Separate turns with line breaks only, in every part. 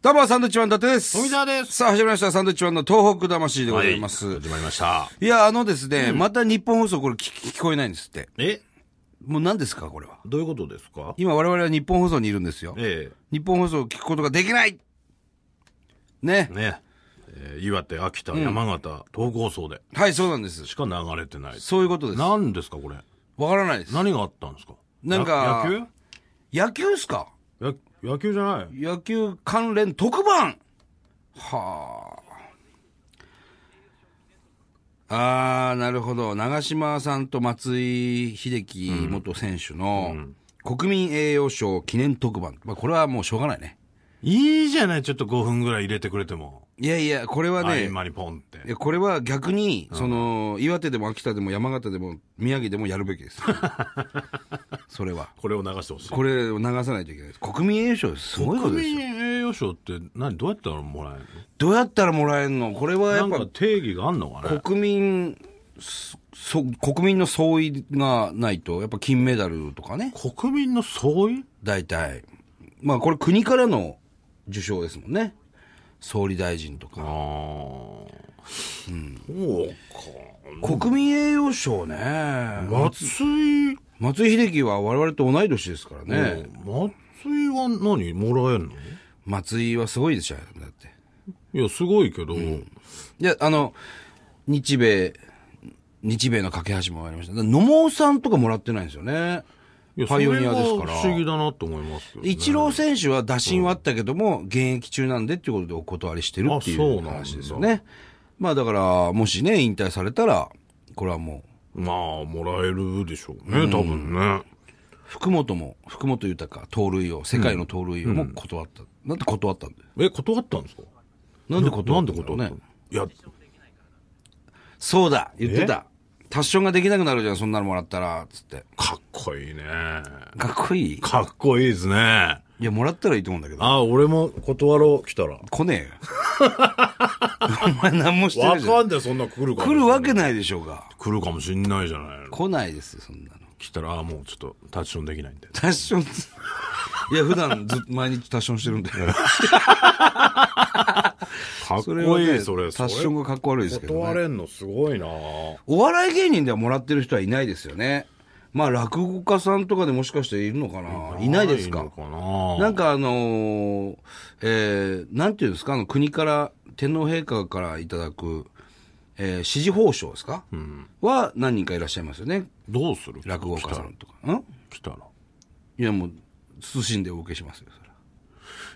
どうも、サンドイッチマン伊達です。
富澤です
さあ、始まりました。サンドイッチマンの東北魂でございます。
はい
い、
始まりました。
や、あのですね、また日本放送これ聞聞こえないんですって。
え
もう何ですか、これは。
どういうことですか
今、我々は日本放送にいるんですよ。
え
日本放送を聞くことができないね
え。ね、えー岩手、秋田、山形、東北放送で
はい、そうなんです。
しか流れてない。
そういうことです。
何ですかこれ。
わからないです。
何があったんですか
なんか
や
野球っすか
野球や野球じゃない
野球関連特番はあ。あー、なるほど。長嶋さんと松井秀喜元選手の国民栄誉賞記念特番。まあ、これはもうしょうがないね。
いいじゃないちょっと5分ぐらい入れてくれても。
いやいや、これは
合
ね、
間にポンって
い。やこれは逆に、その、岩手でも秋田でも山形でも宮城でもやるべきです。 それは。
これを流してほしい。
これを流さないといけないです。国民栄誉賞すごいこと
国
です
民
よ。
栄誉賞って何どうやったらもらえる
どうやったらもらえるのこれはや
の
っ
なんか
ぱ
定義があんのかね
国民、そ国民の総意がないと、やっぱ金メダルとかね、
国民の総意
大体。まあこれ国からの受賞ですもんね。総理大臣と
ああ。
か。
そうか。
国民栄誉賞ね。
松井
松井秀喜は我々と同い年ですからね。
松井は何もらえるの
松井はすごいでしょ、だって。
いや、すごいけど、
いや、あの、日米、日米の架け橋もありました。だから野茂さんとかもらってないんですよね。
いや、
パイオニアです
そ
か
れ
ら
が不思議だなと思いますけど、ね。
イチロー選手は打診はあったけども、現役中なんでっていうことでお断りしてるってい
あそう
う
なんだ
話ですよね。まあだから、もしね、引退されたら、これはも
まあ、もらえるでしょうね、多分ね。
う、福本も、福本豊、盗塁王、世界の盗塁王も断った。なんで断ったんだよ。
え、断ったんですか
なんで断
なん
った
で
んだろう
断った
ね
の。いや、
そうだ言ってた。タッションができなくなるじゃん、そんなのもらったら、つって。
かっこいいね。
かっこいい
かっこいいですね。あ
いや、もらったらいいと思うんだけど。
あ、俺も断ろう、来たら。
来ねえ よ。お前何もしてな
わ
いじゃ
か
ん。
んない、そんな来るか
来
もしんない
るわけないでしょうが。
来るかもしんないじゃないの。
来ないですよ、そんなの。
来たら、ああ、もうちょっと、タッチションできないんで。
タッション、いや、普段ずっと毎日タッションして るんで。
かっこ
はいね
い、それ。
タッションがかっこ悪いですけど、
断
ね。
れんのすごいな
お笑い芸人ではもらってる人はいないですよね。まあ、落語家さんとかでもしかしているのかないないです
の
か
かな
なんかあのーえー、なんていうんですか、あの国から、天皇陛下からいただく、えー、支持報奨ですか、は何人かいらっしゃいますよね。
どうする
落語家さんとか。ん
来たら。
いや、もう、謹んでお受けしますよ、それは。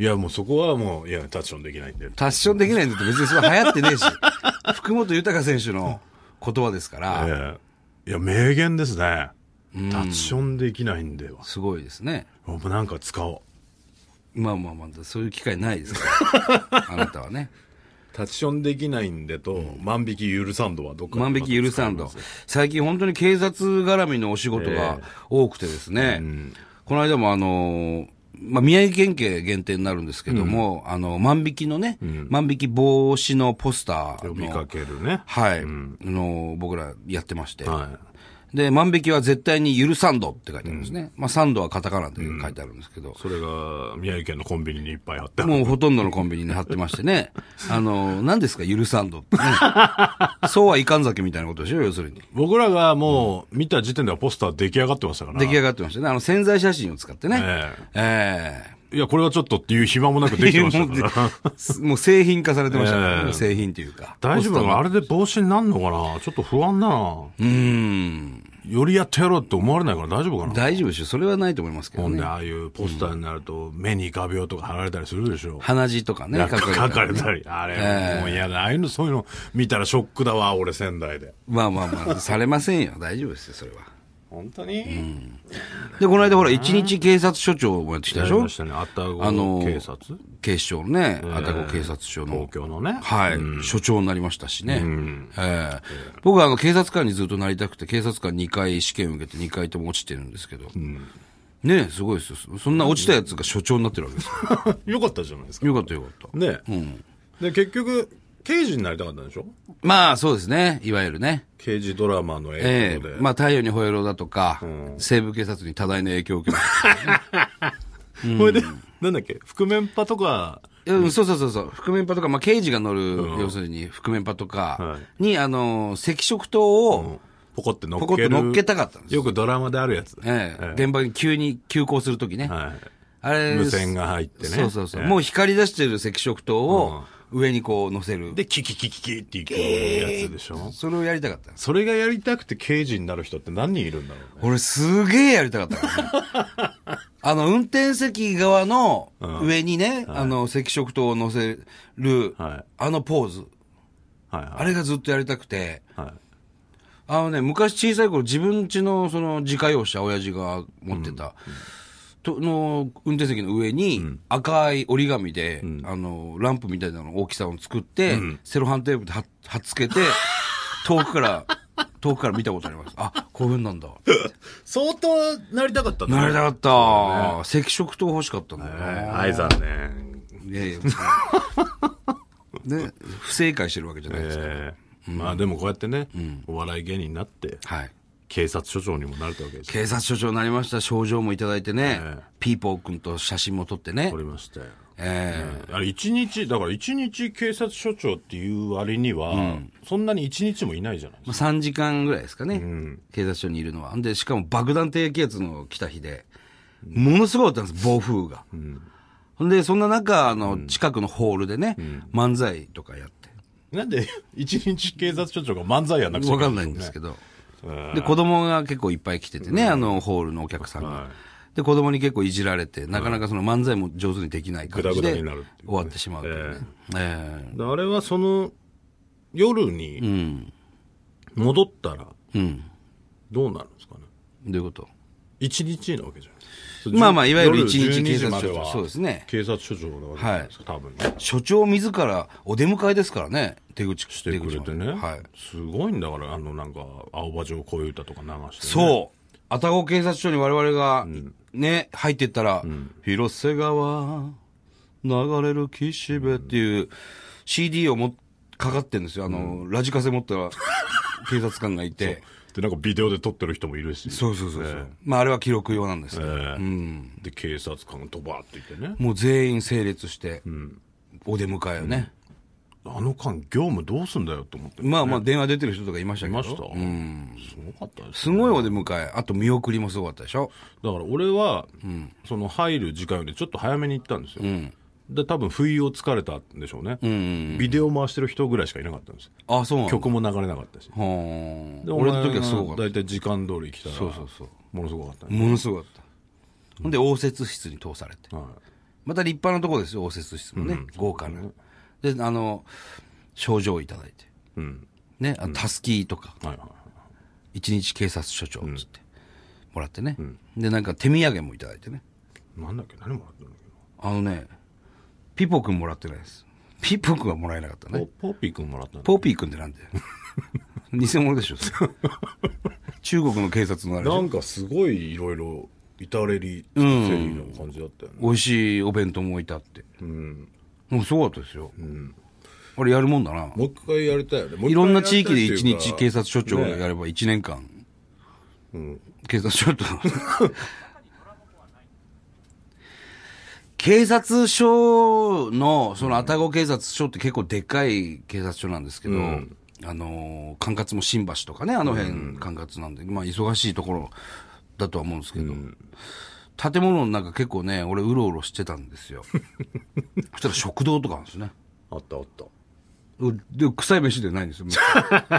いや、もうそこはもう、いや、タッチションできないんで。
タッションできないんだって別にそれ流行ってねえし、 福本豊選手の言葉ですから、
ええいや、名言ですね。タッチションできないんでは。
すごいですね。
もうなんか使おう。
まあまあまあ、そういう機会ないです から、あなたはね。
タッチションできないんでと、万引き許さんどはどっかで
万引き許さんと
また使いま。
最近本当に警察絡みのお仕事が多くてですね、この間もあのーまあ、宮城県警限定になるんですけども、あの、万引きのね、万引き防止のポスタ
す
ー
呼び
の
か、けるね。
はい、あのー僕らやってまして、
はい。
で、万引きは絶対に許さんどって書いてあるんですね。まあ、サンドはカタカナで書いてあるんですけど、
それが、宮城県のコンビニにいっぱいあって。
もうほとんどのコンビニに貼ってまして ね、あの、何ですか、許さんどってね。そうはいかん酒みたいなことでしょ、要するに。
僕らがもう、見た時点ではポスター出来上がってましたから。
出来上がってましたね。あの、潜在写真を使ってね。
え
ええ
いや、これはちょっとっていう暇もなくできてましたから。
もうもう製品化されてましたから、
ええ
製品というか。
大丈夫なのあ
れ
れで防止になんのかなちょっと不安だ
う
な。
ーん。
よりやってやろうって思われないから大丈夫かな
大丈夫でしょ。それはないと思いますけ
ほ
ど
ん
ね
で、。ああいうポスターになると、目にイカ病とか貼られたりするでしょ。
鼻血とかね、
なん
書
か
かれ
書
た
か
り
れ
ね
たり。あれ、もう嫌だ。ああいうの、そういうの見たらショックだわ、俺、仙台で。
まあまあまあ、されませんよ。大丈夫ですよ、それは。
本当に
で、この間ほら、一日警察署長もやってきた
や
でし
り
ょ
ましたね。あったご
あの
警察
警視庁のね、愛宕警察署の
東。京のね。
はい、署長になりましたしね。ええ僕はあの警察官にずっとなりたくて、警察官2回試験受けて2回とも落ちてるんですけど。ねえすごいですよ。そんな落ちたやつが署長になってるわけですか
よかったじゃないです
ら。
か。
よかったよかった。
ねで、結局、刑事になりたかったんでしょ
まあそうですね、いわゆるね。
刑事ドラマの
え
影
え
響で。
まあ太陽にほえろだとか、西部警察に多大な影響を受けました。
これで、なんだっけ、覆面パとか、
うん、そうそうそうそう、覆面パとか、まあ、刑事が乗る、要するに覆面パと
は
かに、あのー赤色灯を
ポコって乗っ
ポコッ
ける。
と乗っけたかったんですよ。
よくドラマであるやつだ。
ええ
え
現場に急に急行するときね、
は
あ
い。
れ、
無線が入ってね。
そうそうそう、
ええ
もう光り出してる赤色灯を上にこう乗せる、
で、キキキキキっていくやつでしょ。
それをやりたかったんです
それがやりたくて刑事になる人って何人いるんだろうね。
俺すげえやりたかった からねあの、運転席側の上にね、あの、赤色灯を乗せる、
はい
あのポーズ。
はいはい。
あれがずっとやりたくて。
はい
あのね、昔小さい頃自分家のその自家用車、親父が持ってた、との運転席の上に赤い折り紙で、あの、ランプみたいなの大きさを作って、セロハンテープで貼っ貼っつ けて、遠くから、遠くから見たことあります。あ、こういうふうなんだ。
相当なりたかった
なりたか
っ
った。赤色灯欲しかったんだよ
た
ね。
はい、残念。
いやいや。 ね、不正解してるわけじゃないですか。
ええまあでもこうやってね、お笑い芸人になって、
はい。
警察署長にもなれたわけですよ。
警察署長になりました、賞状もいただいてね、
ええ
ピーポー君と写真も撮ってね
お。りましたよ。
え
あれ一日、だから一日警察署長っていう割には、そんなに一日もいないじゃない
えまあ、3時間ぐらいですかね、警察署にいるのは。で、しかも爆弾低気圧の来た日で、ものすごかったんです、暴風が。ほんで、そんな中、あの、近くのホールでね、漫才とかやって。
なんで一日警察署長が漫才やんなくちゃ
わかんないんですけ
ど。
ど。
え
で、子供が結構いっぱい来ててね、あの、ホールのお客さんが。
はい
で、子供に結構いじられて、なかなかその漫才も上手にできない感じ
グダ
で、
グダに
終
なるっていうね
わってしまうというね。え
えあれはその夜
えう
に
ん。
戻ったら
うん。
どうなるんですかね。
どういうこと
一日なわけじゃないですか
まあまあいわゆる一日
夜12
警察
時までは
署長そうですね
警察署長なわけじゃないですか、多分ね。
所長自らお出迎えですからね、出口、
してくれてね、
出口まではい。
すごいんだからあのなんか青葉城恋歌とか流して、ね、
そう。愛宕警察署に我々が、ね、入ってったら、広瀬川、流れる岸辺っていう CD をも、かかってんですよ。あの、ラジカセ持ったら、 警察官がいて。
でなんかビデオで撮ってる人もいるし
そうそうそうそう。まあ、あれは記録用なんですけ
え
ど、
えで警察官がドバーっていてね
もう全員整列して、お出迎えをね。
あの間業務どうすんだよと思って
まあまあ、電話出てる人とかいました
い
け
ました、
ど。
すごかったです
すごいお出迎え。あと、見送りもすごかったでしょ。
だから俺は、その入る時間よりちょっと早めに行ったんですよ、で多分不意をつかれたんでしょうね、ビデオ回してる人ぐらいしかいなかったんですよ
あ、そうなんだ
曲も流れなかったし
はー
で
俺の時はすごかった
た大体時間通り来たら
そうそうそう
ものすごかったね、
ものすごかった。ほんで、応接室に通されて。
はい
また立派なとこですよ、応接室もね。豪華な。で、あの、賞状をいただいて。
うん
ね、あのたすきとか、
はいはいはい
一日警察署長っつって、もらってね。で、なんか手土産もいただいてね。
なんだっけ何もらってるんだっ
あのね、ピポ君もらってないです。ピポ君はもらえなかった
けな
ね。
ポポッピーくんもらったんだ
ポーピー君ってなんで 偽物でしょ、そ れ中国の警察のあれでしょ
なんかすごいいろいろ至れり尽くせりな感じだったよね、
美味しいお弁当も置いてあって。
うん
もうすごかったですよ。あれやるもんだな。
もう一回やりたいよねもう一回
いろんな地域で一
やりたい
日
って
警
いうか
察署長をやれば一年間、
うん
警察署 長。警察署の、その、愛宕警察署って結構でっかい警察署なんですけど、
うん
あのー、管轄も新橋とかね、あの辺管轄なんで、まあ忙しいところだとは思うんですけど、建物の中結構ね、俺うろうろしてたんです よ。そしたら食堂とかあるんですね。
あったあった
で、臭い飯でないんですよ。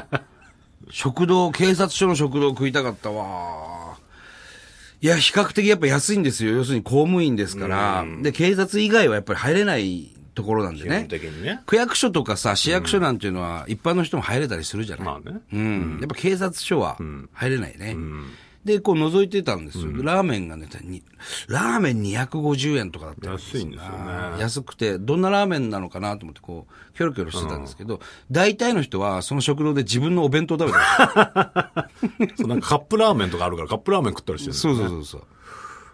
食堂、警察署の食堂食いたかったわ。いや、比較的やっぱ安いんですよ。要するに公務員ですから。で、警察以外はやっぱり入れないところなんで
基本
ね。
的にね
区役所とかさ、市役所なんていうのは一般の人も入れたりするじゃない。
まあね
うん。やっぱ警察署は入れないね。で、こう覗いてたんですよ。ラーメンがね、にラーメン250円とかだったんです
安いんですよね
安くて、どんなラーメンなのかなと思って、こう、キョロキョロしてたんですけど、大体の人は、その食堂で自分のお弁当を食べてま
そうなんかカップラーメンとかあるからカップラーメン食ったりしてる
す。 そうそうそうそう。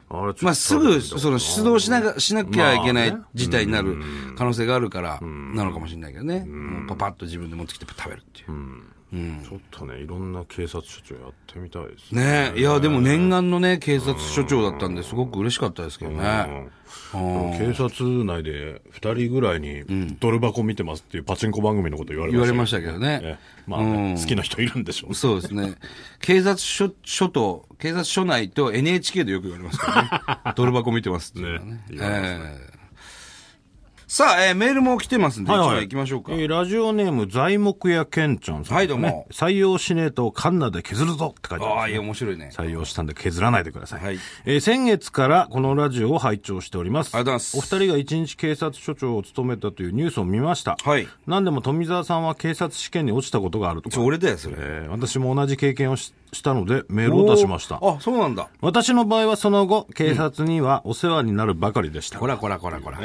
あれちょっと
まあ、すぐ、その、出動しなが、しなきゃいけな
ま
い
あね
事態になる可能性があるから、なのかもしれないけどね。もうパパッと自分で持ってきて食べるっていう。
ちょっとねいろんな警察署長やってみたいですね
ねいや、でも念願のね、警察署長だったんで、すごく嬉しかったですけどね。
うん警察内で2人ぐらいに、ドル箱見てますっていうパチンコ番組のこと言われ
言
ま
わ
し
れ
た
ま
し
したけど
た
ね。
まあね、好きな人いるんでしょうね
そうですね。警察署、署と、警察署内と NHK でよく言われますから ね。ドル箱見てますっていうのはね。
ね
ええさあ、えーメールも来てますんで、一枚行きましょうか。
えーラジオネーム、材木屋けんちゃんさん、
はいどうも。
採用しねえと、カンナで削るぞって書いて
あ
あ
あ、い
る、
や、
ね。
面白いね。
採用したんで削らないでください。
はい
えー先月からこのラジオを拝聴しております。
ありがとうございます
お二人が一日警察署長を務めたというニュースを見ました。
はい
何でも富澤さんは警察試験に落ちたことがあると
そ
か
う、。俺だよ、それ。
えー私も同じ経験をししたので、メールを出しました。
おーあ、そうなんだ。
私の場合はその後、警察にはお世話になるばかりでした。
こらこらこらこら。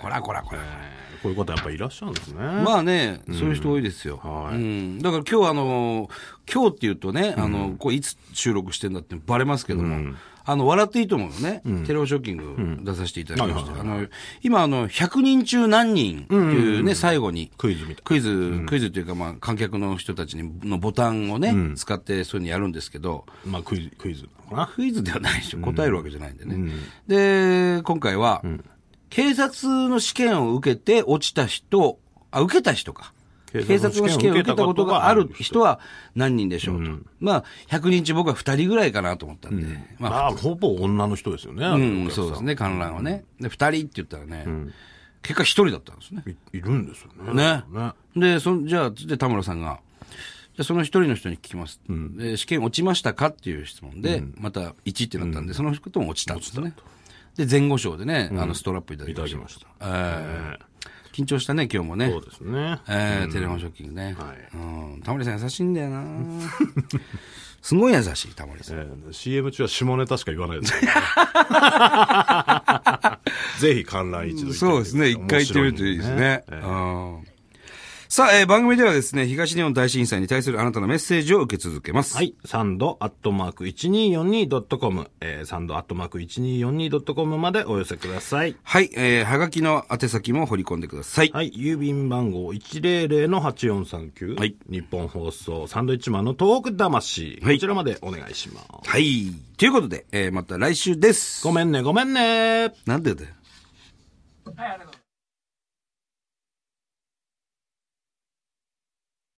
こらこらこら。
こういう方やっぱいらっしゃるんですね。
まあね、そういう人多いですよ。
はい
うん、だから今日あの、今日っていうとね、あの、これいつ収録してんだってバレますけども、あの、笑っていいと思うのね、テレオショッキング出させていただきました。あの、今あの、100人中何人っていうね、最後に。
クイズみたい
クイズ、クイズというか、まあ、観客の人たちにのボタンをね、使ってそういうのやるんですけど、
まあ、クイズ、クイズなのかな。
クイズではないでしょ。答えるわけじゃないんでね。で、今回は、警察の試験を受けて落ちた人、あ、受けた人か。
警
警
察
察
の
の
試
試験
験を
を
受
受
け
け
た
た
こ
ことと
が
が
あ
あ
る
る
人
人は何人でしょうと。まあ、100人中僕は2人ぐらいかなと思ったんで。まあ、
まあ、ほぼ女の人ですよね。
うん、そう
で
ですね、観覧はね。で、2人って言ったらね、結果1人だったんですね。
いいるんですよね。
ね。で、そんじゃあ、つって田村さんが、じゃあその一人の人に聞きます、で試験落ちましたかっていう質問で、また1ってなったんで、その人も落ちたんですね。で、前後賞でね、あのストラップいただ
い
き
た
ま
だ
し
き
た。
ました。
えー緊張したね、今日もね。
そうですね。
えーテレフォンショッキングね。
はい
うん、タモリさん優しいんだよな すごい優しい、タモリさん。
えー CM 中は下ネタしか言わない ですからねぜひ観覧一度行ってみてください
そうですね。一回行ってみるといいですね。。
面白んで
うんさあ、えー番組ではですね、東日本大震災に対するあなたのメッセージを受け続けます。
はい。サンドアットマーク 1242.com。えー、サンドアットマーク 1242.com までお寄せください。
はい、えー、はがきの宛先も掘り込んでください。
はい。郵便番号100-8439。
はい
日本放送サンドイッチマンのトーク魂。
はい
こちらまでお願いします。
はい。ということで、えー、また来週です。
ごめんね、ごめんね。
なんでだよ。
はい、ありがとう。